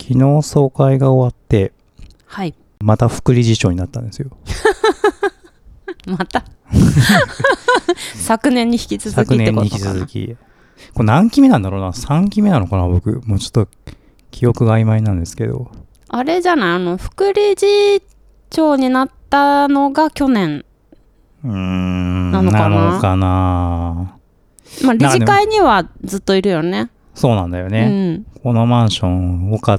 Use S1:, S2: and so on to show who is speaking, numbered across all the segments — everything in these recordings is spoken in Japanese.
S1: 昨日総会が終わって、
S2: はい。
S1: また副理事長になったんですよ。
S2: また。 昨年に引き続き
S1: 昨
S2: って
S1: 年
S2: こ
S1: に
S2: と
S1: 引
S2: か
S1: き
S2: な。
S1: 続き。これ何期目なんだろうな ?3 期目なのかな僕。もうちょっと記憶が曖昧なんですけど。
S2: あれじゃないあの、副理事長になったのが去年。
S1: うーん。
S2: なのかな
S1: のかな
S2: まあ、理
S1: な
S2: 事会にはずっといるよね。
S1: そうなんだよ
S2: う
S1: ね、
S2: ん。
S1: このマンションを買っ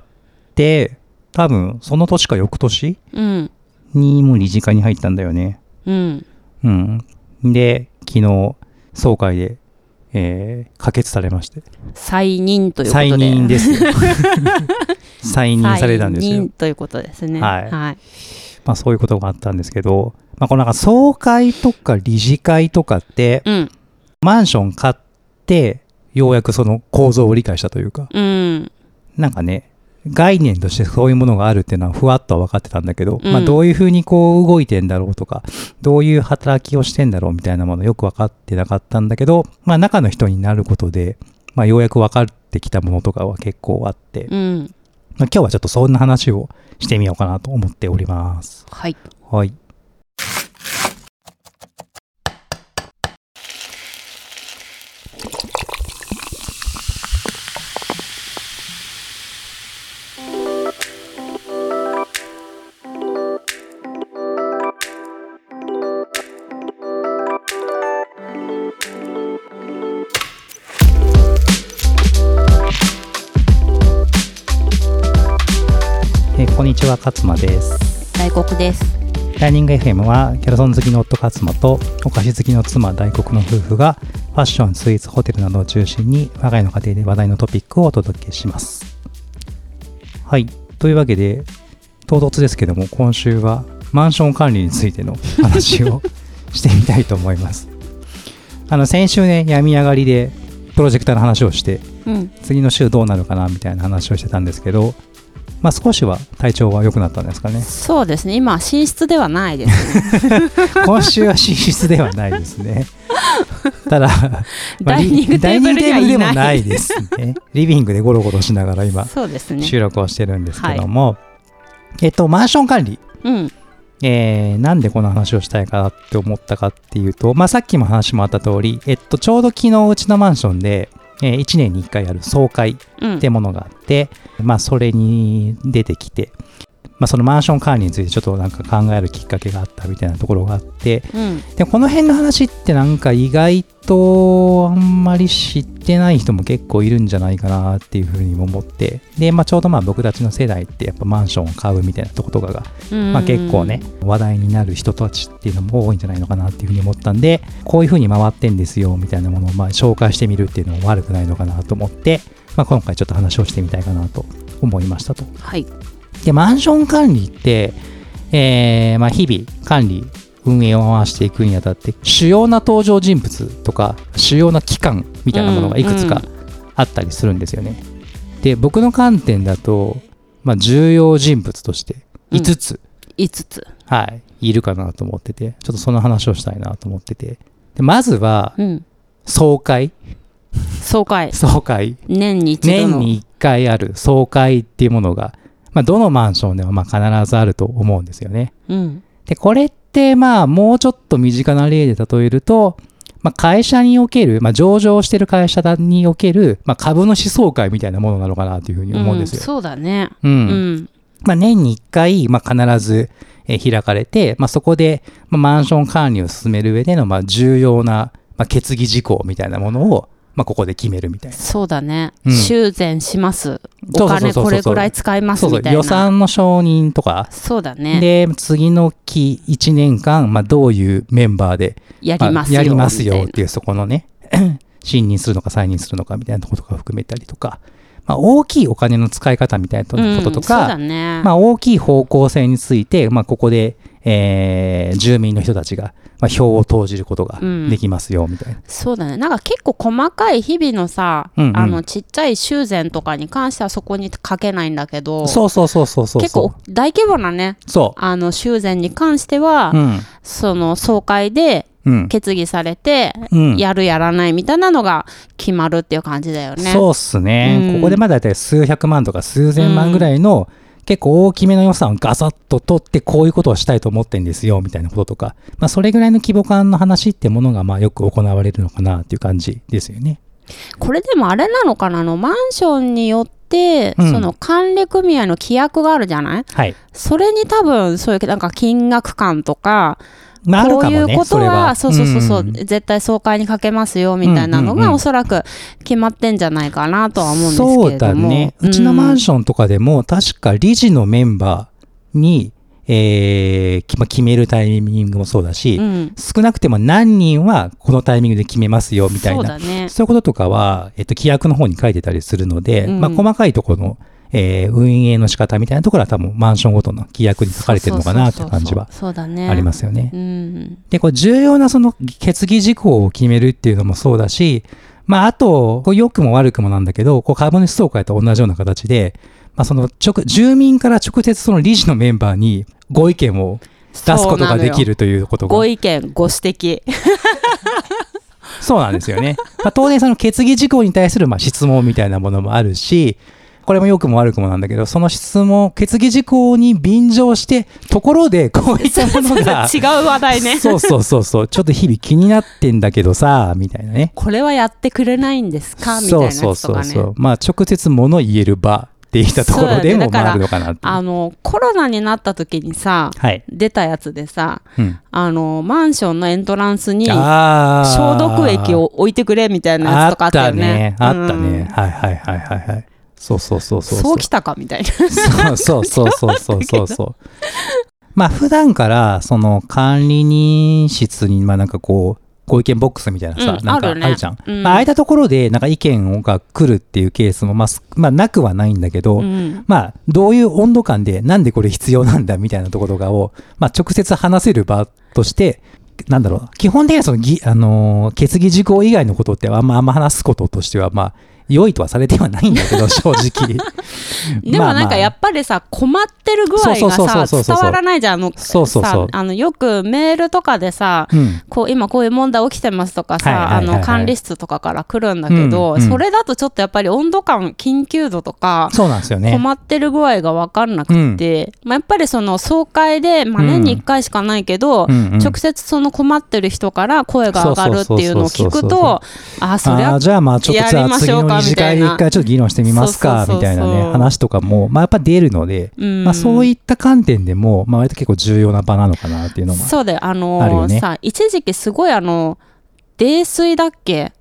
S1: て、多分その年か翌年
S2: うん。
S1: にもう理事会に入ったんだよね。
S2: うん。
S1: うん。で、昨日、総会で、えー、可決されまして。
S2: 再任ということで。
S1: 再任です よ。再任されたんです
S2: 再
S1: よ
S2: 任。ということですね。
S1: はい
S2: はい。
S1: まあそういうことがあったんですけど、まあこのなんか総会とか理事会とかって、
S2: うん。
S1: マンション買って、ようやくその構造を理解したというか、
S2: うん。
S1: なんかね、概念としてそういうものがあるっていうのはふわっとは分かってたんだけど、
S2: うん
S1: まあどういうふうにこう動いてんだろうとか、どういう働きをしてんだろうみたいなものよく分かってなかったんだけど、まあ中の人になることで、まあようやく分かってきたものとかは結構あって、
S2: うん。
S1: まあ、今日はちょっとそんな話をしてみようかなと思っております。
S2: はい。
S1: はい。えーこんにちは、勝間です。
S2: 大黒です。
S1: ダイニング FM は、キャラソン好きの夫勝間と、お菓子好きの妻大黒の夫婦が、ファッション、スイーツ、ホテルなどを中心に、我が家の家庭で話題のトピックをお届けします。はい。というわけで、唐突ですけども、今週は、マンション管理についての話をしてみたいと思います。 あの、先週ね、病み上がりで、プロジェクターの話をして、
S2: うん。
S1: 次の週どうなるかなみたいな話をしてたんですけど、まあ、少しは体調は良くなったんですかね
S2: そうですね。今、寝室ではないです。
S1: 今週は寝室ではないですねた だ、 まあ
S2: ダイニングテーブルにはい
S1: ダイニングテーブルでもな
S2: ない
S1: いですねリビングでゴロゴロしながら今
S2: そうですね。
S1: 収録をしてるんですけども、えっとマンション管理
S2: うん。
S1: えーなんでこの話をしたいかなって思ったかっていうと、まあ、さっきも話もあった通り、えっと、ちょうど昨日うちのマンションで、え1年に1回ある総会
S2: うん
S1: って。ものがあって、まあそれに出てきて、まあそのマンション管理についてちょっとなんか考えるきっかけがあったみたいなところがあって、
S2: うん。
S1: で、この辺の話ってなんか意外とあんまり知ってない人も結構いるんじゃないかなっていうふうにも思って、で、まあちょうどまあ僕たちの世代ってやっぱマンションを買うみたいなとことかが、
S2: ま
S1: まあ結構ね、話題になる人たちっていうのも多いんじゃないのかなっていうふうに思ったんで、こういうふうに回ってんですよみたいなものをまあ紹介してみるっていうのも悪くないのかなと思って、まあ、今回ちょっと話をしてみたいかなと思いましたと。
S2: はい。
S1: で、マンション管理って、えーまあ日々管理、運営を回していくにあたって、主要な登場人物とか、主要な機関みたいなものがいくつかあったりするんですよね。で、僕の観点だと、まあ重要人物として5つ、
S2: 5つ。
S1: はい、いるかなと思ってて、ちょっとその話をしたいなと思ってて。でまずは、
S2: うん。
S1: 総会。
S2: 総会。
S1: 総会。
S2: 年に一度
S1: 年
S2: の。
S1: に1回ある総会っていうものが、まあ、どのマンションでもまあ必ずあると思うんですよね。
S2: うん。
S1: で、これって、まあ、もうちょっと身近な例で例えると、まあ、会社における、まあ、上場してる会社における、まあ、株主総会みたいなものなのかなというふうに思うんです
S2: う
S1: よ。
S2: そうだね。
S1: うん
S2: うん。
S1: まあ、年に1回、まあ、必ずえー開かれて、まあ、そこで、まあ、マンション管理を進める上での、まあ、重要な、まあ、決議事項みたいなものを、まあ、ここで決めるみたいな。
S2: そうだね
S1: う。ん
S2: 修繕します。
S1: そ
S2: お
S1: うそうそう
S2: 金
S1: そう
S2: これぐらい使います
S1: そうそ
S2: み
S1: う
S2: たいな。
S1: 予算の承認とか、
S2: そうだね。
S1: で、次の期1年間、まあ、どういうメンバーで、
S2: やりますよ。
S1: あやりますよっ
S2: みたい
S1: ていう、そこのね、 信任するのか再任するのかみたいなことが含めたりとか、まあ、大きいお金の使い方みたいなこ
S2: な
S1: とと
S2: うんそう
S1: か、
S2: だね。
S1: まあ、大きい方向性について、まあ、ここで、えー住民の人たちが、まあ、票を投じることが
S2: うん
S1: できますよ、みたいな。
S2: そうだね。なんか結構細かい日々のさ、
S1: うんうん
S2: あのちっちゃい修繕とかに関してはそこに書けないんだけど、
S1: そうそうそうそうそう。
S2: 結構大規模なね、
S1: そ
S2: あの修繕に関しては、
S1: う。うん。
S2: その総会で
S1: うん。
S2: 決議されて、
S1: うん
S2: やるやらないみたいなのが決まるっていう感じだよね。
S1: そうっすね、
S2: うん
S1: ここでまあ大体数百万とか数千万ぐらいの、結構大きめの予算をガサッと取ってこういうことをしたいと思ってんですよみたいなこととか、まあ、それぐらいの規模感の話ってものがまあよく行われるのかなっていう感じですよね。
S2: これでもあれなのかなあのマンションによって、
S1: うん
S2: その管理組合の規約があるじゃない
S1: はい、
S2: それに多分そういうなんか金額感とか
S1: まあ、ある
S2: こう
S1: か
S2: い
S1: も
S2: う
S1: ね
S2: こと
S1: それは
S2: はそうそうそうそう、
S1: ん
S2: 絶対総会にかけますよみたいなの
S1: うんうんう
S2: が
S1: ん
S2: おそらく決まってんじゃないかなとは思うんですけれども
S1: そうだねうちのマンションとかでも確か理事のメンバーに、えーきまあ決めるタイミングもそうだし、
S2: ョン
S1: 少なくても何人はこのタイミングで決めますよみたい
S2: そう
S1: な
S2: だね
S1: そういうこととかは、えっと、規約の方に書いてたりするので、
S2: うん
S1: まあ、細かいところの、えー運営の仕方みたいなところは多分マンションごとの規約に書かれてるのかなっていう感じは
S2: そうだね
S1: ありますよね。
S2: うん
S1: で、こう重要なその決議事項を決めるっていうのもそうだし、まあ、あと、こう良くも悪くもなんだけど、こう株主総会と同じような形で、まあ、その直、住民から直接その理事のメンバーにご意見を出すことができるということが
S2: ご意見ご指摘
S1: そうなんですよね。 まあ、当然その決議事項に対するまあ質問みたいなものもあるし、これも良くも悪くもなんだけど、その質問、決議事項に便乗して、ところ でこういったものが、
S2: 違う話題 ね
S1: そうそうそうそう、ちょっと日々気になってんだけどさ、みたいなね。
S2: これはやってくれないんですかみた
S1: そ
S2: いな
S1: う
S2: やつ
S1: そう
S2: と
S1: そ
S2: か
S1: う
S2: ね
S1: そう。まあ直接物言える場っていったところでも
S2: そうだねだから
S1: まああるのかなっていう。
S2: あのコロナになった時にさ
S1: はい。
S2: 出たやつでさ
S1: うん。
S2: あのマンションのエントランスに
S1: あー
S2: 消毒液を置いてくれみたいなやつとかあったよね。
S1: あったね。あった
S2: うん
S1: ね。はいはいはいはいはい。そうそうそうそう
S2: そうきたかみ たいな。
S1: そうそうそうそうそうそうそう。まあ普段からその管理人室にまあなんかこうご意見ボックスみたいなさ、
S2: うん
S1: なんか
S2: あ
S1: あ
S2: るね
S1: るじゃん。
S2: うん
S1: まあ空いたところでなんか意見が来るっていうケースもまあすまあなくはないんだけど、
S2: うん
S1: まあどういう温度感でなんでこれ必要なんだみたいなところがをまあ直接話せる場として。なんだろう基本的にはそのぎ、あのー決議事項以外のことってあんまあんま話すこととしてはまあ良いとはされてはないんだ けど正直
S2: でもなんかや
S1: ぱ
S2: っぱりさ困ってる具合
S1: そうそうそう
S2: が
S1: そ
S2: さ
S1: うそう
S2: 伝わらないじゃんあの
S1: そうそうそう
S2: さあのよくメールとかでさ
S1: うん、
S2: こう今こういう問題起きてますとか
S1: はい
S2: さ
S1: は
S2: あ
S1: いはいはい
S2: の管理室とかから来るんだけ
S1: うん
S2: ど
S1: うん
S2: それだとちょっとやっぱり温度感緊急度とか
S1: そうなんですよね。
S2: 困ってる具合が分かんなくて、まあ、やっぱりその総会で、まあ、
S1: うん
S2: 年に1回しかないけど、
S1: うんうん
S2: 直接その困ってる人から声が上がるっていうのを
S1: そ
S2: 聞
S1: うそうそうそう
S2: く
S1: そう
S2: とああそり
S1: あ
S2: ゃ
S1: ーじゃあまあちょっとじゃ
S2: や
S1: あ
S2: りま
S1: 次
S2: しょう
S1: の
S2: か
S1: 二次会で
S2: みたいな
S1: 一回ちょっと議論してみますか
S2: そう
S1: み
S2: そうそ
S1: た
S2: う
S1: い
S2: そう
S1: なね話とかもまあやっぱ出るので、
S2: うん
S1: まあ、そういった観点でもまあ割と結構重要な場なのかなっていうのも
S2: そうだよあのー
S1: あるよね
S2: さ一時期すごいあの泥酔だっけ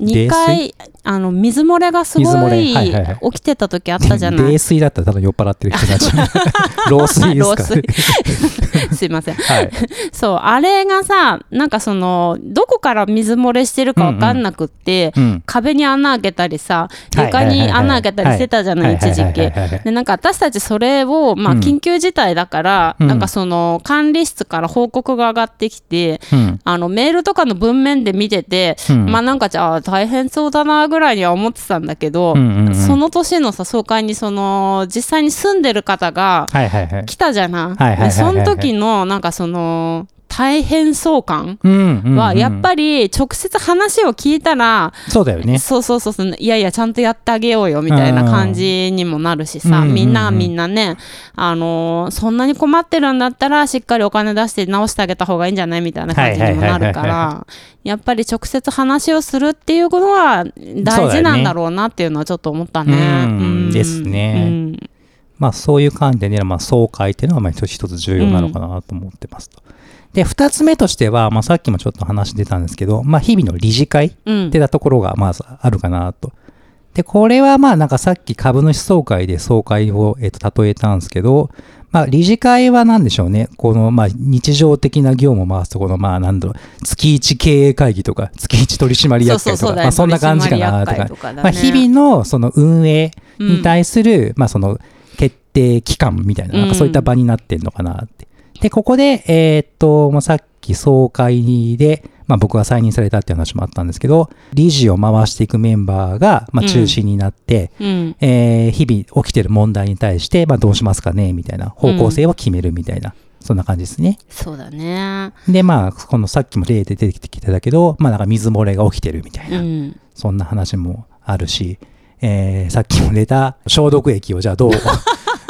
S2: 2回あの水漏れがすごい
S1: 水漏れはいはいはい
S2: 起きてた時あったじゃな
S1: 泥
S2: い
S1: 酔だったら多分酔っ払ってる人になっ ちゃう老衰ですからね
S2: すいません
S1: はい、
S2: そうあれがさなんかそのどこから水漏れしてるか分かんなくって、
S1: うん、
S2: 壁に穴開けたりさ床に穴開けたりしてたじゃない一時期。でなんか私たちそれを、まあ、
S1: うん
S2: 緊急事態だから、
S1: うん
S2: なんかその管理室から報告が上がってきて、
S1: うん
S2: あのメールとかの文面で見てて、
S1: うん
S2: まあなんかじゃあ大変そうだなぐらいには思ってたんだけど、
S1: うんうんうん
S2: その年のさ総会にその実際に住んでる方が
S1: はいはいはい
S2: 来たじゃない。
S1: はいはいはいはい
S2: でその時のなんかその大変そう感
S1: うんうんうん
S2: はやっぱり直接話を聞いたら、
S1: そうだよね
S2: そうそうそうそういやいやちゃんとやってあげようよみたいな感じにもなるしさ、
S1: うんうんうん
S2: みんなみんなね、あのーそんなに困ってるんだったらしっかりお金出して直してあげた方がいいんじゃないみたいな感じにもなるか
S1: はいはいはいはい
S2: らやっぱり直接話をするっていうことは大事なんだろうなっていうのはちょっと思ったね。
S1: そうだよねうん
S2: うん
S1: ですね
S2: うん
S1: まあ、そういう観点で、まあ、総会っていうのはまあ一つ一つ重要なのかなと思ってますと。で、二つ目としては、まあ、さっきもちょっと話出たんですけど、まあ、日々の理事会っ
S2: うん
S1: てたところがまずあるかなと。で、これはまあなんかさっき株主総会で総会を、えっと例えたんですけど、まあ理事会は何でしょうね。このまあ日常的な業務を回すとこのまあなんだろう、月一経営会議とか、月一取締役会とか、
S2: だ
S1: ま
S2: よ
S1: あそんな感じかなと
S2: 取締
S1: か
S2: 役会。とかだね
S1: まあ日々のその運営に対する、まあその決定機関みたいな、なんかそういった場になってんのかなって。で、ここで、えーっと、もうさっき総会で、まあ僕が再任されたっていう話もあったんですけど、理事を回していくメンバーが、まあ
S2: うん
S1: 中心になって、
S2: うん
S1: えー日々起きてる問題に対して、まあどうしますかねみたいな方向性を決めるみたいな。そんな感じですね。
S2: そうだね。
S1: で、まあ、このさっきも例で出てきてたけど、まあなんか水漏れが起きてるみたいうな、
S2: ん。
S1: そんな話もあるし、えー、さっきも出た消毒液をじゃあ どう、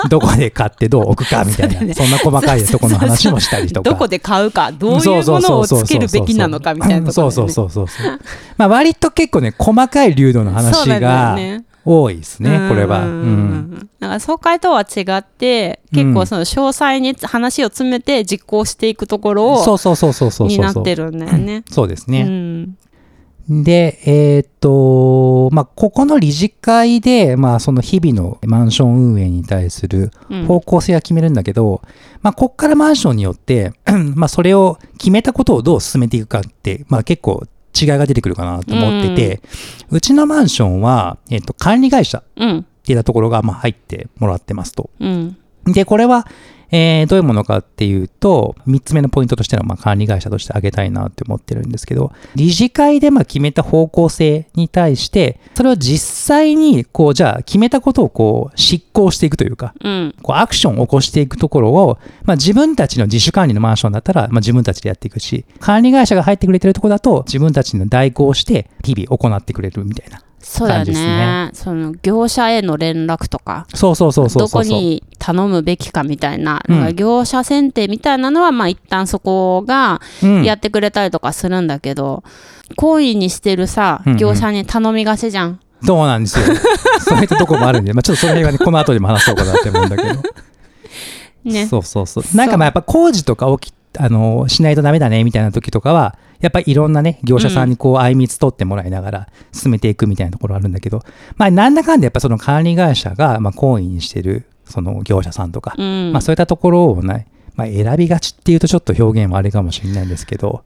S1: どこで買ってどう置くかみたいな、
S2: そうだね
S1: そんな細かいとこの話もしたりとか。
S2: どこで買うか、どういうものをつけるべきなのかみたいなところ、ね。
S1: そうそうそうそうそう。まあ割と結構ね、細かい流動の
S2: そう
S1: 話
S2: なんだよ
S1: が
S2: ね
S1: 多いです
S2: う
S1: ね、
S2: ん
S1: これは。う
S2: うん
S1: ん。
S2: なんか総会とは違って、
S1: うん
S2: 結構その詳細に話を詰めて実行していくところ
S1: そ
S2: を
S1: うそうそうそうそうそう。
S2: 担ってるんだよね。
S1: そうです
S2: う
S1: ね。
S2: ん。
S1: で、えーっと、まあ、ここの理事会で、まあ、その日々のマンション運営に対する
S2: うん
S1: 方向性は決めるんだけど、まあ、こっからマンションによって、 まあ、それを決めたことをどう進めていくかって、まあ、結構違いが出てくるかなと思ってて、うちのマンションは、えっと、管理会社っ
S2: うん。
S1: ていったところが、まあ、入ってもらってますと。
S2: うん。
S1: で、これは、えーどういうものかっていうと、3つ目のポイントとしての、まあ、管理会社として挙げたいなって思ってるんですけど、理事会で、まあ、決めた方向性に対して、それを実際に、こう、じゃあ、決めたことを、こう、執行していくというか、
S2: うん。
S1: こうアクションを起こしていくところを、まあ、自分たちの自主管理のマンションだったら、まあ、自分たちでやっていくし、管理会社が入ってくれてるところだと、自分たちの代行して、日々行ってくれるみたいな。
S2: そうだよ
S1: 感じですね
S2: ね。その業者への連絡とか。
S1: そうそうそうそう
S2: ど
S1: そ
S2: こ
S1: うそう。
S2: に頼むべきかみたいな、
S1: うん
S2: なんか業者選定みたいなのは、まあ一旦そこが
S1: うん
S2: やってくれたりとかするんだけど、行為にしてるさ
S1: うんうん、
S2: 業者に頼みがちじゃん。
S1: どうなんです よ。そういったとこもあるんで、まあ、ちょっとその辺はね、この後でも話そうかなって思うんだけど。
S2: ね。
S1: そうそうそう。なんかまあやっぱ工事とか起き、あの、しないとダメだねみたいな時とかは、やっぱりいろんなね、業者さんにこう、あいみつ取ってもらいながら進めていくみたいなところあるんだけど、まあなんだかんだやっぱその管理会社が、まあ行為にしてる、その業者さんとか、
S2: うん。
S1: まあそういったところをね、まあ選びがちっていうとちょっと表現はあれかもしれないんですけど、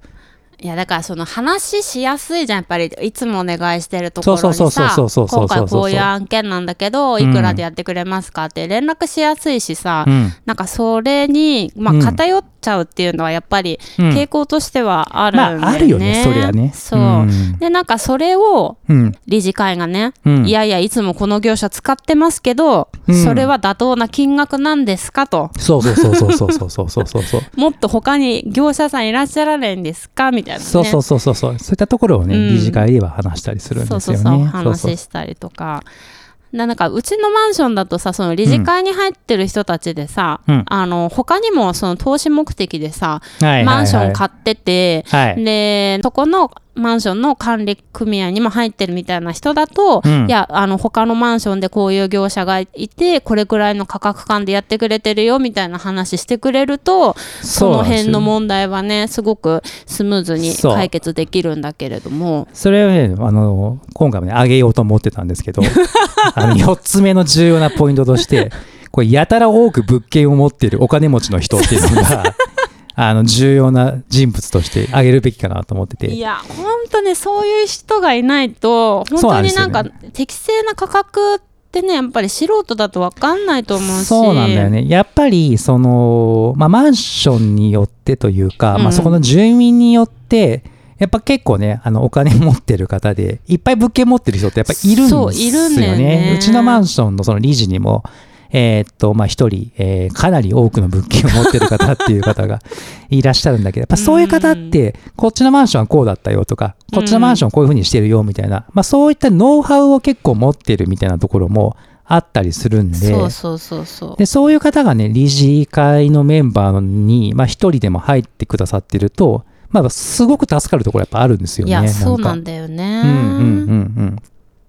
S2: いやだからその話しやすいじゃんやっぱりいつもお願いしてるとこ
S1: そ
S2: ろ
S1: う
S2: に
S1: そうそう
S2: さ
S1: そうそうそうそう
S2: 今
S1: そう
S2: 回こういう案件なんだけど
S1: ん
S2: いくらでやってくれますかって連絡しやすいしさ、
S1: うん。
S2: なんかそれに、まあ
S1: うん、
S2: 偏っちゃうっていうのはやっぱり
S1: うん
S2: 傾向としてはあるんだよね、
S1: まああるよねそりゃね
S2: そう、
S1: うん
S2: でなんかそれを
S1: うん。
S2: 理事会がね、
S1: うん
S2: いやいやいつもこの業者使ってますけど、
S1: うん
S2: それは妥当な金額なんですかと
S1: そうそうそうそうそうそうそうそうそうそう。
S2: もっと他に業者さんいらっしゃらないんですかみたいな、ね、
S1: そうそうそうそうそう。そういったところをね、
S2: うん
S1: 理事会では話したりするん
S2: そう
S1: です
S2: そう
S1: よね。
S2: そう話したりとかななんかうちのマンションだとさその理事会に入ってる人たちでさ、
S1: うん
S2: あの他にもその投資目的でさ、
S1: はいはいはい
S2: マンション買ってて、
S1: はい
S2: でそこのマンションの管理組合にも入ってるみたいな人だと、
S1: うん
S2: いやあの他のマンションでこういう業者がいてこれくらいの価格感でやってくれてるよみたいな話してくれるとそ
S1: そう
S2: の
S1: なんですよ
S2: 辺の問題はねすごくスムーズに
S1: そう
S2: 解決できるんだけれども。
S1: それをね、あの、今回もね、あげようと思ってたんですけ ど、あの、4つ目の重要なポイントとして、これ、やたら多く物件を持っているお金持ちの人っていうの が、あの、重要な人物としてあげるべきかなと思って
S2: い
S1: て。
S2: や本当ねそういう人がいないと本
S1: そうな
S2: 当
S1: んで
S2: に
S1: す
S2: な
S1: よ
S2: ん
S1: ね
S2: か適正な価格ってねやっぱり素人だと分かんないと思うし
S1: そうなんだよね。やっぱり、その、まあ、マンションによってというか、ま
S2: う
S1: あ、
S2: ん
S1: そこの住民によって、やっぱ結構ね、あの、お金持ってる方で、いっぱい物件持ってる人ってやっぱいるんですよ
S2: そう
S1: ね。
S2: いるんだよね
S1: うちのマンションのその理事にも、えーっと、まあ、一人、えーかなり多くの物件を持ってる方っていう方が いらっしゃるんだけど、やっぱそういう方って、こっちのマンションはこうだったよとか、こっちのマンションこういうふうにしてるよみたいな、まあ、そういったノウハウを結構持ってるみたいなところもあったりするんで、
S2: そうそうそうそう
S1: でそういう方がね理事会のメンバーにまあ、一人でも入ってくださってると、まあ、すごく助かるところやっぱあるんですよ
S2: い
S1: ね。
S2: や
S1: か
S2: そうなんだよね
S1: うんうんうんうん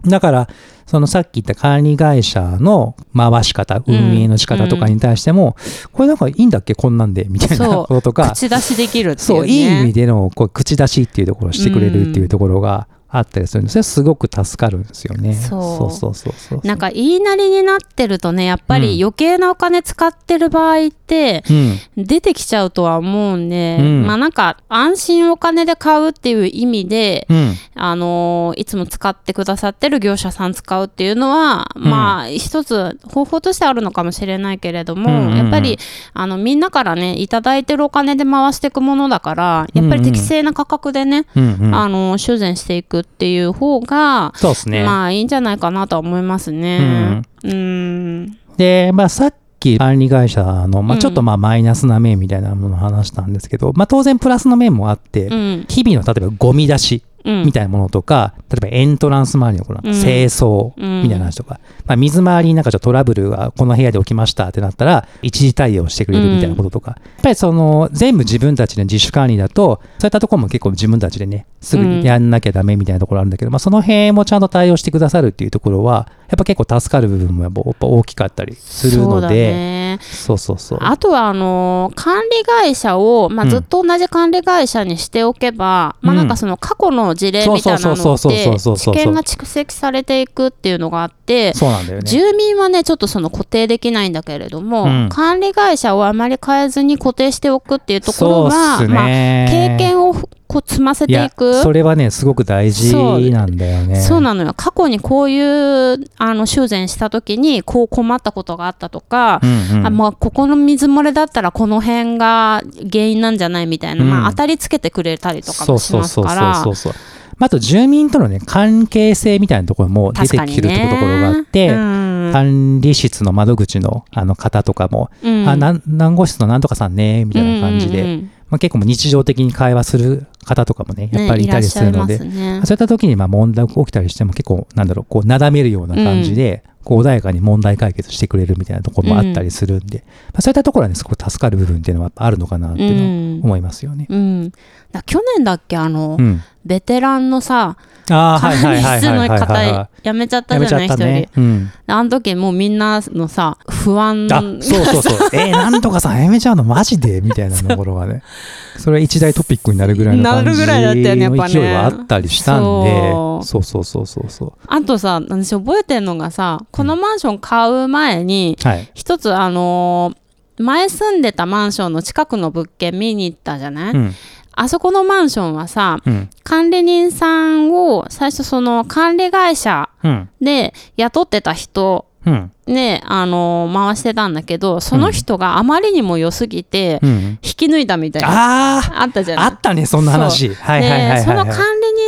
S1: だからそのさっき言った管理会社の回し方
S2: うん
S1: 運営の仕方とかに対しても、これなんかいいんだっけこんなんでみたいな
S2: そう
S1: こととか
S2: 口出しできるってい
S1: そうう、
S2: ね
S1: いい意味でのこう口出しっていうところをしてくれるっていうところがあったりするんですよ、すごく助かるんですよね。
S2: そう
S1: そうそうそうそう
S2: なんか言いなりになってるとねやっぱ
S1: うん
S2: り余計なお金使ってる場合って、
S1: うん、
S2: 出てきちゃうとは思うんで、
S1: うん
S2: まあなんか安心お金で買うっていう意味で、
S1: うん
S2: あのーいつも使ってくださってる業者さん使うっていうのは、
S1: ん
S2: まあ一つ方法としてあるのかもしれないけれども、
S1: うんうんうん
S2: やっぱりあのみんなからねいただいてるお金で回していくものだからやっぱり適正な価格でね、
S1: うんうん
S2: あのー修繕していくっていう方が、
S1: そうですね。
S2: まあいいんじゃないかなとは思いますね。うん、
S1: で、まあ、さっき管理会社の、まあ、
S2: うん
S1: ちょっとまあマイナスな面みたいなものを話したんですけど、まあ、当然プラスの面もあって、
S2: うん
S1: 日々の例えばゴミ出し
S2: うん
S1: みたいなものとか、例えばエントランス周りのこの
S2: うん
S1: 清掃
S2: うん
S1: みたいな話とか、まあ、水回りになんかちょっとトラブルがこの部屋で起きましたってなったら、一時対応してくれるみたいなこととか、やっぱりその全部自分たちの自主管理だと、そういったところも結構自分たちでね、すぐにやんなきゃダメみたいなところあるんだけど、まあ、その辺もちゃんと対応してくださるっていうところは、やっぱ結構助かる部分もやっぱやっぱ大きかったりする
S2: そう
S1: の
S2: だ
S1: で、
S2: ね
S1: そうそうそう。
S2: あとはあのー管理会社を、まあ、
S1: うん
S2: ずっと同じ管理会社にしておけば、まあ、
S1: うん
S2: なんかその過去の事例みたいな
S1: そ
S2: の
S1: う
S2: っ
S1: そうそうそうそうそうそ
S2: て知
S1: う
S2: 見が蓄積されていくっていうのがあって。
S1: そうなんだよね。
S2: 住民はねちょっとその固定できないんだけれども、
S1: うん
S2: 管理会社をあまり変えずに固定しておくっていうところ
S1: そうっ
S2: は、
S1: す
S2: まあ、
S1: ね
S2: 経験をこう積ませていく
S1: やそれはねすごく大事なんだよね
S2: そうなのよ過去にこういうあの修繕した時にこう困ったことがあったとか、
S1: うんうん
S2: あまあ、ここの水漏れだったらこの辺が原因なんじゃないみたいな、
S1: うん
S2: まあ、当たりつけてくれたりとかもしますから
S1: そうそうそうそうそうまああと住民とのね関係性みたいなところも出
S2: 確
S1: て
S2: か
S1: き
S2: に
S1: てるって
S2: ね
S1: ところがあって、
S2: うん
S1: 管理室の窓口のあの方とかも、
S2: うん
S1: あなん何号室のなんとかさんねみたいな感じで、
S2: うんうんうん
S1: まあ、結構もう日常的に会話する方とかもねやっぱりいたりするので、
S2: ねいらっしゃいますね
S1: そういった時にまあ問題が起きたりしても結構なんだろうこうなだめるような感じで、こう穏やかに問題解決してくれるみたいなところもあったりするんで、まあ、そういったところはねすごく助かる部分っていうのはやっぱあるのかなっていうのは思いますよね。
S2: うん、だ去年だっけあの、
S1: うん、
S2: ベテランのさ
S1: ああ
S2: 管
S1: はい
S2: 理
S1: はいはい
S2: 室
S1: は
S2: の
S1: いはいは
S2: 方辞めちゃっ
S1: い。や
S2: た
S1: め
S2: じ
S1: ち
S2: ゃ
S1: ゃっ
S2: ない
S1: た
S2: 一人、
S1: ね。うん。
S2: あの時もうみんなのさ不安
S1: あそう そうそう。えー、なんとかさんやめちゃうのマジでみたいなところがね。それは一大トピックになるぐらいの
S2: な
S1: 感
S2: る
S1: じ
S2: ぐらいだったよねやっ
S1: の
S2: ぱね
S1: 勢いはあったりしたんで。
S2: そう
S1: そうそうそうそうそ
S2: あとさ私覚えてるのがさこのマンション買う前に
S1: う。はい。
S2: 一つあのー前住んでたマンションの近くの物件見に行ったじゃない、
S1: うん
S2: あそこのマンションはさ
S1: うん
S2: 管理人さんを最初その管理会社
S1: うん
S2: で雇ってた人
S1: うん
S2: ねあのー回してたんだけどその人があまりにも良すぎて
S1: うん。
S2: 引き抜いたみたいな、
S1: ああ
S2: あったじゃな
S1: あ
S2: い
S1: ったねそんな話。はいはいはいはいは
S2: で
S1: い。
S2: その管理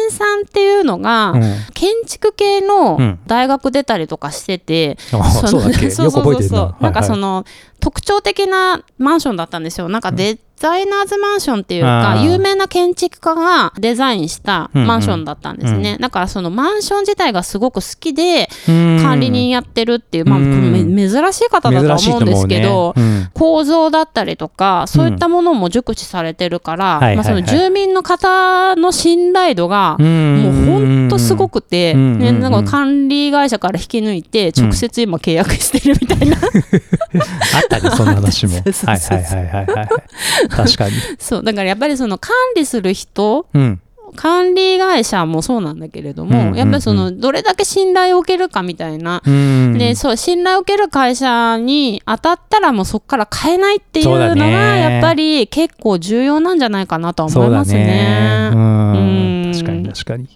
S2: 人さんっていうのが、
S1: うん
S2: 建築系
S1: う
S2: の
S1: ん
S2: 大学出たりとかしてて、
S1: あ
S2: の
S1: そうだっけ
S2: そう
S1: よく
S2: そう
S1: 覚えてる
S2: そうそう
S1: な。
S2: んかそ
S1: の
S2: の特徴的なマンションだったんですよなんかデザイナーズマンションっていうか、
S1: あー
S2: 有名な建築家がデザインしたマンションだったんですね、
S1: うんう
S2: だからそのマンション自体がすごく好きで
S1: 管
S2: 管理人やってるっていう、まあ、
S1: うん
S2: め珍しい方だと
S1: 珍
S2: は
S1: しい
S2: 思う
S1: と
S2: んで
S1: 思う
S2: すけ
S1: ね。
S2: ど、
S1: うん
S2: 構造だったりとかそういったものも熟知されてるから、
S1: はいはいはい
S2: まあ、その住民の方の信頼度がもうほんとすご
S1: く
S2: くて、
S1: うん
S2: ね、
S1: うん
S2: なんか管理会社から引き抜いて直接今契約してるみたい
S1: あ
S2: な、
S1: ったねそんな話も
S2: そ
S1: は
S2: う
S1: い
S2: そうそう
S1: はいはいはいはい確かに
S2: そうだからやっぱりその管理する人
S1: うん
S2: 管理会社もそうなんだけれど
S1: うんうん
S2: も、
S1: うん
S2: やっぱりそのどれだけ信頼を受けるかみたいな、
S1: うん
S2: でそう信頼を受ける会社に当たったらもうそこから変えないっていう
S1: そう
S2: の
S1: だ
S2: が
S1: ね
S2: やっぱり結構重要なんじゃないかなとは思いますね。
S1: そうだね
S2: う
S1: うん
S2: ん
S1: 確かに確かに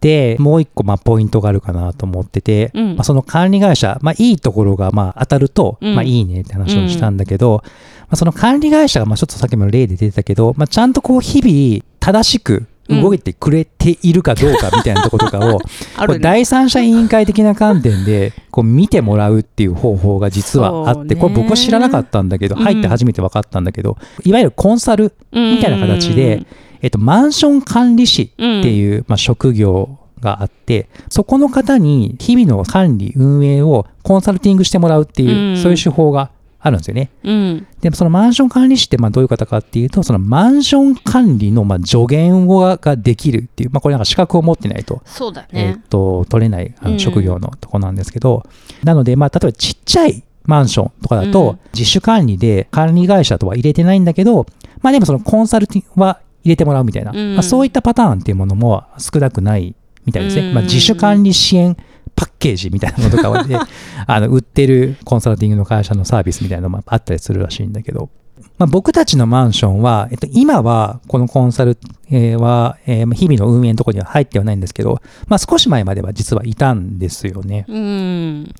S1: でもう一個まあポイントがあるかなと思ってて、
S2: うん
S1: まあ、その管理会社、まあ、いいところがまあ当たると、
S2: うん
S1: まあ、いいねって話をしたんだけど、まあ、その管理会社がまあちょっとさっきも例で出てたけど、まあ、ちゃんとこう日々正しく動いてくれているかどうかみたいなところとかを、
S2: あ
S1: こ
S2: る
S1: れ
S2: ね
S1: 第三者委員会的な観点でこう見てもらうっていう方法が実はあ
S2: そ
S1: っ
S2: う
S1: て、
S2: ね
S1: これ僕は知らなかったんだけど、
S2: うん
S1: 入って初めて分かったんだけどいわゆるコンサルみたいな形で、えっと、マンション管理士っていう、まあ、職業があってそこの方に日々の管理運営をコンサルティングしてもらうっていう、
S2: うん
S1: そういう手法があるんですよね。
S2: うんうん
S1: でそのマンション管理士ってまあどういう方かっていうとそのマンション管理のまあ助言をがができるっていう、まあ、これなんか資格を持ってないと
S2: そうだ
S1: えー
S2: ね
S1: っ。と取れないあ
S2: う
S1: の
S2: ん
S1: 職業のとこなんですけど、なので、まあ、例えばちっちゃいマンションとかだと、
S2: うん
S1: 自主管理で管理会社とは入れてないんだけど、まあ、でもそのコンサルティングは入れてもらうみたいな、
S2: うん
S1: まあ、そういったパターンっていうものも少なくないみたいですね、
S2: うん
S1: まあ、自主管理支援パッケージみたいなのとかは ねあの売ってるコンサルティングの会社のサービスみたいなのもあったりするらしいんだけど、まあ、僕たちのマンションは、えっと、今はこのコンサルえーは、えー日々の運営のところには入ってはないんですけど、まあ、少し前までは実はいたんですよね。
S2: うん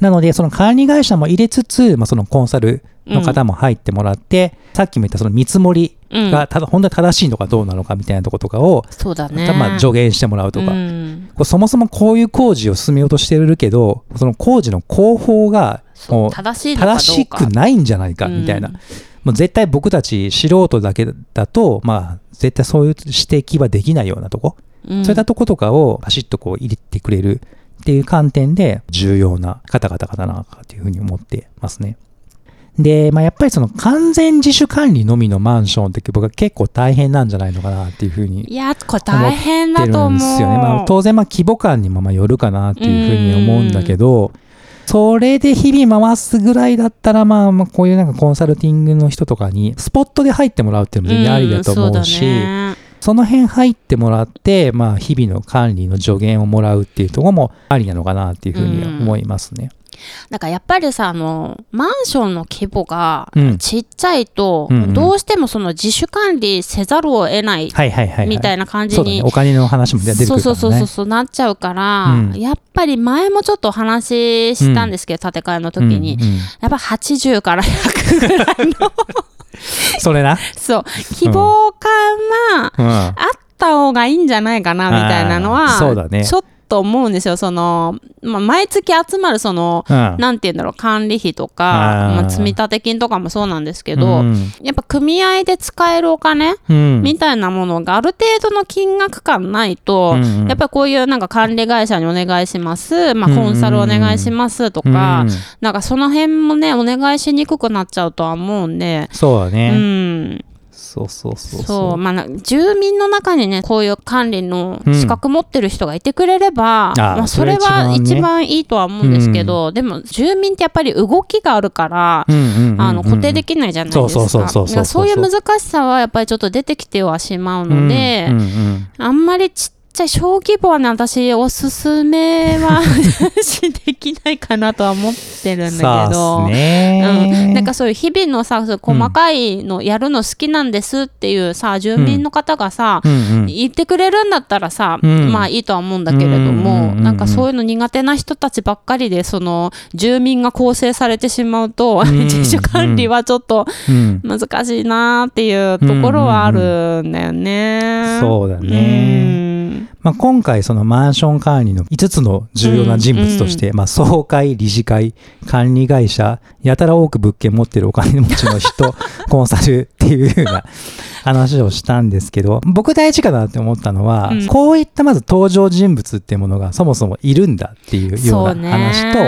S1: なので、その管理会社も入れつつ、まあ、そのコンサルの方も入ってもらって、さっきも言ったその見積もり
S2: うん
S1: がただ、本当に正しいのかどうなのかみたいなところとかを、
S2: そうだね。
S1: まあ、助言してもらうとか、
S2: うん
S1: こうそもそもこういう工事を進めようとしてるけど、その工事の工法が
S2: そう正しいのかどうか
S1: 正しくないんじゃないかみたいな、
S2: うん
S1: もう絶対僕たち素人だけだとまあ絶対そういう指摘はできないようなとこ、
S2: うん
S1: そういったとことかをパシッとこう入れてくれるっていう観点で重要な方々かなというふうに思ってますね。で、まあ、やっぱりその完全自主管理のみのマンションって僕は結構大変なんじゃないのかなっていうふうに
S2: いやこれ大変
S1: って
S2: だ
S1: る
S2: と思
S1: ん
S2: う
S1: ですよね。まあ、当然まあ規模感にもまあよるかなっていうふうに思うんだけど、それで日々回すぐらいだったら、まあ、まあこういうなんかコンサルティングの人とかに、スポットで入ってもらうっていうのも全然ありだと思うし、
S2: んそうだね
S1: その辺入ってもらって、まあ、日々の管理の助言をもらうっていうところもありなのかなっていうふうに思いますね。
S2: だからやっぱりさあのマンションの規模が
S1: うん
S2: ちっちゃいと、
S1: うんうん
S2: どうしてもその自主管理せざるを得ない
S1: はいはいはい、はい。
S2: みたいな感じ
S1: そうだね。
S2: に
S1: お金の話も出てくるから
S2: そう
S1: ね。
S2: そうそうそうそうなっちゃうから、
S1: うん
S2: やっぱり前もちょっとお話ししたんですけど、建て替えの時に、
S1: うんうん
S2: やっぱ80から100ぐらいの
S1: それな。
S2: そう希望感は
S1: うん。は
S2: あった方がいいんじゃないかなみたいなの
S1: あ
S2: は
S1: ーそうだね
S2: ちょっと思うんですよその、まあ、毎月集まるその、
S1: うん
S2: なんて言うんだろう管理費とか
S1: あー
S2: まあ、積立金とかもそうなんですけ
S1: け
S2: ど、
S1: うん
S2: やっぱ組合で使えるお金
S1: うん
S2: みたいなものがある程度の金額感ないと、
S1: うんうん
S2: やっぱりこういうなんか管理会社にお願いします、まあ、
S1: うんうん
S2: コンサルお願いしますとか、
S1: うん
S2: なんかその辺もねお願いしにくくなっちゃうとは思うんで、
S1: そうだね。
S2: うん、
S1: そうそうそ
S2: そうう
S1: そう。
S2: まあな住民の中にねこういう管理の資格持ってる人がいてくれれば、
S1: うんあー
S2: まあ、それ
S1: それは一番
S2: は
S1: ね
S2: 一番いいとは思うんですけど、でも住民ってやっぱり動きがあるから、
S1: うんうんうんうん
S2: あの固定できないじゃないです
S1: そうそうそうそうそう
S2: か。
S1: そう
S2: いやそういう難しさはやっぱりちょっと出てきてはしまうので、
S1: うんうん
S2: あんまりちっちゃい小規模はね私おすすめは しできないかなとは思って
S1: う
S2: る
S1: ん
S2: ん
S1: さ
S2: だ
S1: あ
S2: けど。
S1: っす
S2: う
S1: ね、
S2: ん、なんかそういう日々のさそう細かいのやるの好きなんですっていうさ住民の方がさ、
S1: うんうん
S2: 言ってくれるんだったらさ、
S1: うん
S2: まあいいとは思うんだけれど
S1: うんうん
S2: も、
S1: うんうん
S2: なんかそういうの苦手な人たちばっかりでその住民が構成されてしまうと、
S1: んうん
S2: 自主管理はちょっと
S1: うん
S2: 難しいなっていうところはあるんだよね。
S1: そうだね、
S2: うん
S1: まあ、今回そのマンション管理の5つの重要な人物として、まあ、総会理事会管理会社やたら多く物件持ってるお金持ちの人コンサルっていうよう な話をしたんですけど僕大事かなって思ったのは、
S2: うん
S1: こういったまず登場人物っていうものがそもそもいるんだっていうよ
S2: そう
S1: う
S2: ね
S1: な話と、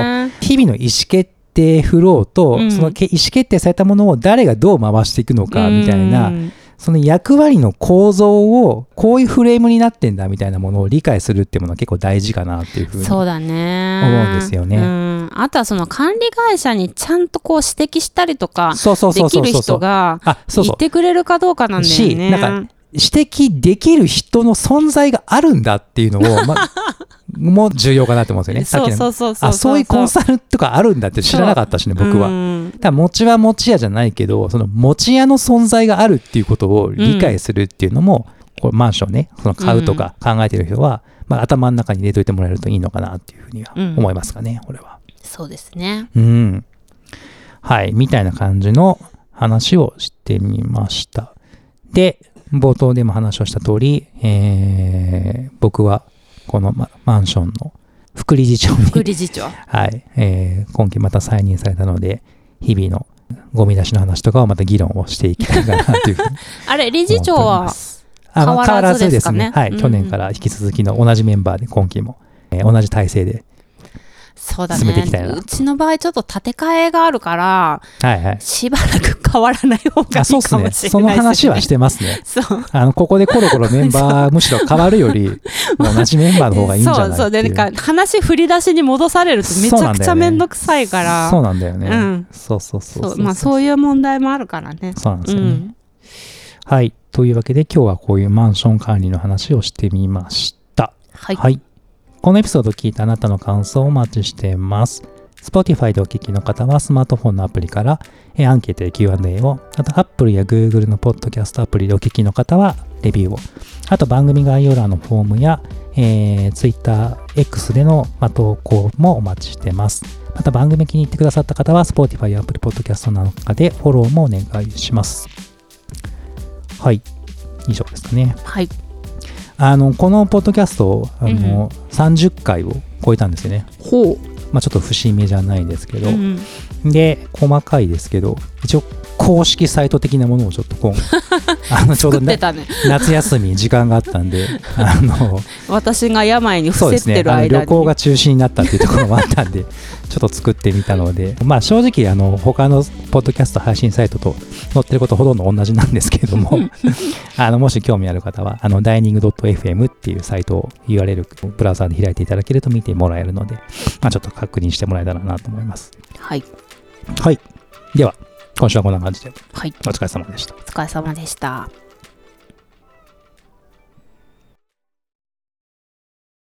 S1: 日々の意思決定フローと、
S2: うん
S1: そのけ意思決定されたものを誰がどう回していくのかみたいな、
S2: うん
S1: その役割の構造をこういうフレームになってんだみたいなものを理解するっていうものは結構大事かなっていうふうに。
S2: そうだね
S1: 思うんですよね
S2: うん、あとはその管理会社にちゃんとこう指摘したりとか
S1: そうそう
S2: で
S1: そう
S2: き
S1: そう
S2: る
S1: そうそ
S2: 人
S1: う。
S2: が
S1: あ、そう
S2: 言
S1: そ
S2: ってくれるかどうかなん
S1: う。
S2: だよ
S1: し、
S2: ね。
S1: なんか指摘できる人の存在があるんだっていうのを、 ま、も重要かなと思うんですよ
S2: そ
S1: ね。さ
S2: う
S1: っきの
S2: そうそうそう
S1: あ、そういうコンサルとかあるんだって知らなかったしね、僕は。
S2: うん
S1: ただ餅は餅屋じゃないけどその餅屋の存在があるっていうことを理解するっていうのも、これマンションねその買うとか考えてる人は、まあ、頭の中に入れといてもらえるといいのかなっていうふうには
S2: うん
S1: 思いますかね、これは。
S2: そうですね。
S1: うん。はい、みたいな感じの話をしてみました。で、冒頭でも話をした通り、えー僕はこのママンションの副理事長に
S2: 副理事長。
S1: はい、えー今期また再任されたので、日々のゴミ出しの話とかをまた議論をしていきたいかなというふうに
S2: あれ、 理
S1: 思
S2: 事
S1: って
S2: 長
S1: おりま
S2: は、
S1: す。あまあ
S2: 変わらずですかね
S1: はい、
S2: うん
S1: 去年から引き続きの同じメンバーで今期も、えー同じ体制で、
S2: そうだ
S1: 進めていきたい
S2: ね。
S1: な
S2: うちの場合、ちょっと建て替えがあるから、
S1: はいはい。
S2: しばらく変わらない方がい
S1: あ
S2: い
S1: そうっす
S2: かも
S1: ね。
S2: しれないですね。
S1: その話はしてますね。
S2: そう。
S1: あの、ここでコロコロメンバーむしろ変わるよ り、同じメンバーの方がいいんじゃない
S2: そうそう。で、
S1: ってい
S2: なんか、話振り出しに戻されるとめちゃくちゃめんどくさいから。
S1: そうなんだよね。
S2: うん
S1: そうそうそう
S2: そうまあ、そういう問題もあるからね。
S1: そうなんです
S2: う
S1: よね。
S2: ん。
S1: はい。というわけで今日はこういうマンション管理の話をしてみました。
S2: はい。
S1: このエピソードを聞いたあなたの感想をお待ちしています。Spotify でお聞きの方はスマートフォンのアプリからえーアンケートや Q&A を、あと Apple や Google のポッドキャストアプリでお聞きの方はレビューを、あと番組概要欄のフォームや、えー TwitterX での、まあ、投稿もお待ちしてます。また番組気に入ってくださった方は Spotify や Apple Podcast の中でフォローもお願いします。はい。以上ですかね。
S2: はい。
S1: あのこのポッドキャストあの、30回を超えたんですよね
S2: ほう。
S1: まあ、ちょっと節目じゃないですけど、
S2: うん
S1: で細かいですけど一応公式サイト的なものをちょっと今 後あのちょう
S2: 作
S1: ど
S2: っ
S1: な
S2: てたね
S1: 夏休み時間があったんであの
S2: 私が病に
S1: そう
S2: 伏
S1: で
S2: せ
S1: すね
S2: てる
S1: あの
S2: 間に
S1: 旅行が中止になったっていうところもあったんで ちょっと作ってみたのでまあ正直あの他のポッドキャスト配信サイトと載ってることほとんど同じなんですけれども あのもし興味ある方はあのダイニング .fm っていうサイトを URL ブラウザーで開いていただけると見てもらえるので、まあ、ちょっと確認してもらえたらなと思います
S2: はい
S1: はいでは今週はこんな感じで
S2: はい
S1: お疲れ様でした
S2: お疲れ様でした